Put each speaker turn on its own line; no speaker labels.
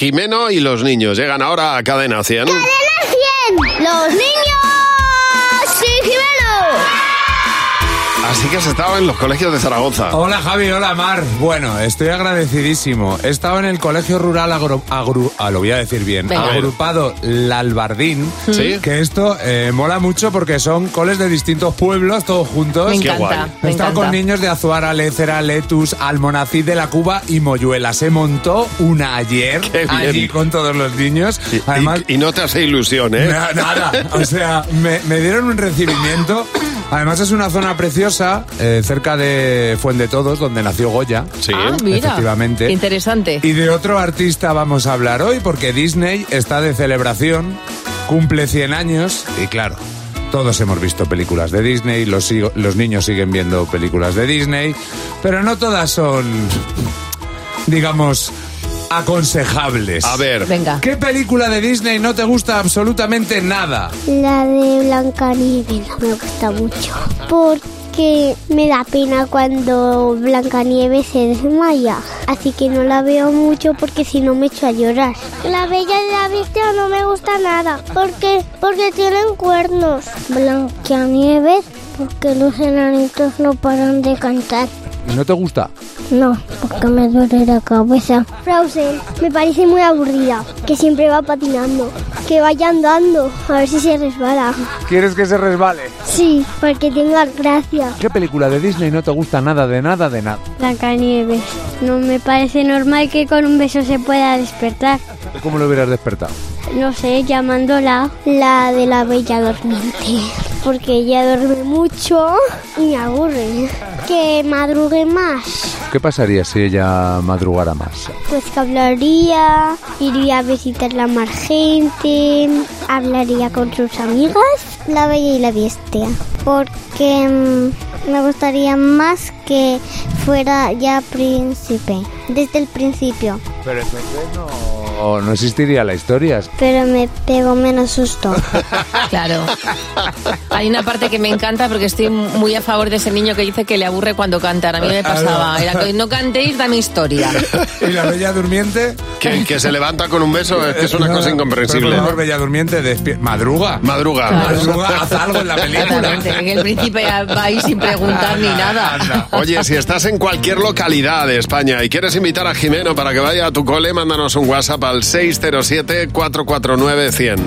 Jimeno y los niños llegan ahora a Cadena 100.
¡Los niños! ¡Sí,
Así que has estado en los colegios de Zaragoza.
Hola Javi, hola Mar. Bueno, estoy agradecidísimo. He estado en el colegio rural agro, agru- ah, lo voy a decir bien,
Venga.
agrupado Lalbardín.
Sí.
Que esto eh, mola mucho porque son coles de distintos pueblos, todos juntos.
Me Qué encanta, guay.
He
me
estado
encanta.
con niños de Azuara, Lecera, Letus, Almonacid de la Cuba y Moyuela. Se montó una ayer
bien.
allí con todos los niños. Además,
Y, y no te hace ilusión, ¿eh?
Na- nada, o sea, me, me dieron un recibimiento. Además es una zona preciosa, eh, cerca de Fuente Todos, donde nació Goya.
Sí.
Ah, mira.
Efectivamente.
Qué interesante.
Y de otro artista vamos a hablar hoy porque Disney está de celebración, cumple 100 años y claro, todos hemos visto películas de Disney, los, sigo- los niños siguen viendo películas de Disney, pero no todas son, digamos, aconsejables.
A ver.
Venga.
¿Qué película de Disney no te gusta absolutamente nada?
La de Blancanieves no me gusta mucho. Porque me da pena cuando Blancanieves se desmaya. Así que no la veo mucho porque si no me echo a llorar. La Bella y la Bestia no me gusta nada. Porque, porque tienen cuernos. Blancanieves porque los enanitos no paran de cantar.
¿No te gusta?
No, porque me duele la cabeza. Frozen, me parece muy aburrida, que siempre va patinando, que vaya andando, a ver si se resbala.
¿Quieres que se resbale?
Sí, porque tenga gracia.
¿Qué película de Disney no te gusta nada, de nada, de nada?
Blancanieves, no me parece normal que con un beso se pueda despertar.
¿Cómo lo hubieras despertado?
No sé, llamándola la de la bella dormiente. Porque ella duerme mucho y me aburre. Que madrugue más.
¿Qué pasaría si ella madrugara más?
Pues que hablaría, iría a visitar la mar gente, hablaría con sus amigas. La bella y la bestia. Porque mm, me gustaría más que fuera ya príncipe, desde el principio.
Pero entonces no, no existiría la historia.
Pero me pegó menos susto.
Claro. Hay una parte que me encanta porque estoy muy a favor de ese niño que dice que le aburre cuando cantan. A mí me pasaba. Era que no cantéis, dame historia.
¿Y la Bella Durmiente?
Que, que se levanta con un beso es que es una cosa incomprensible.
Pero por favor, Bella Durmiente despier- madruga.
Madruga.
Claro.
Madruga, haz algo en la película.
Exactamente. Que el príncipe va ahí sin preguntar ni nada.
Oye, si estás en cualquier localidad de España y quieres invitar a Jimeno para que vaya a tu cole, mándanos un WhatsApp al 607 449 100.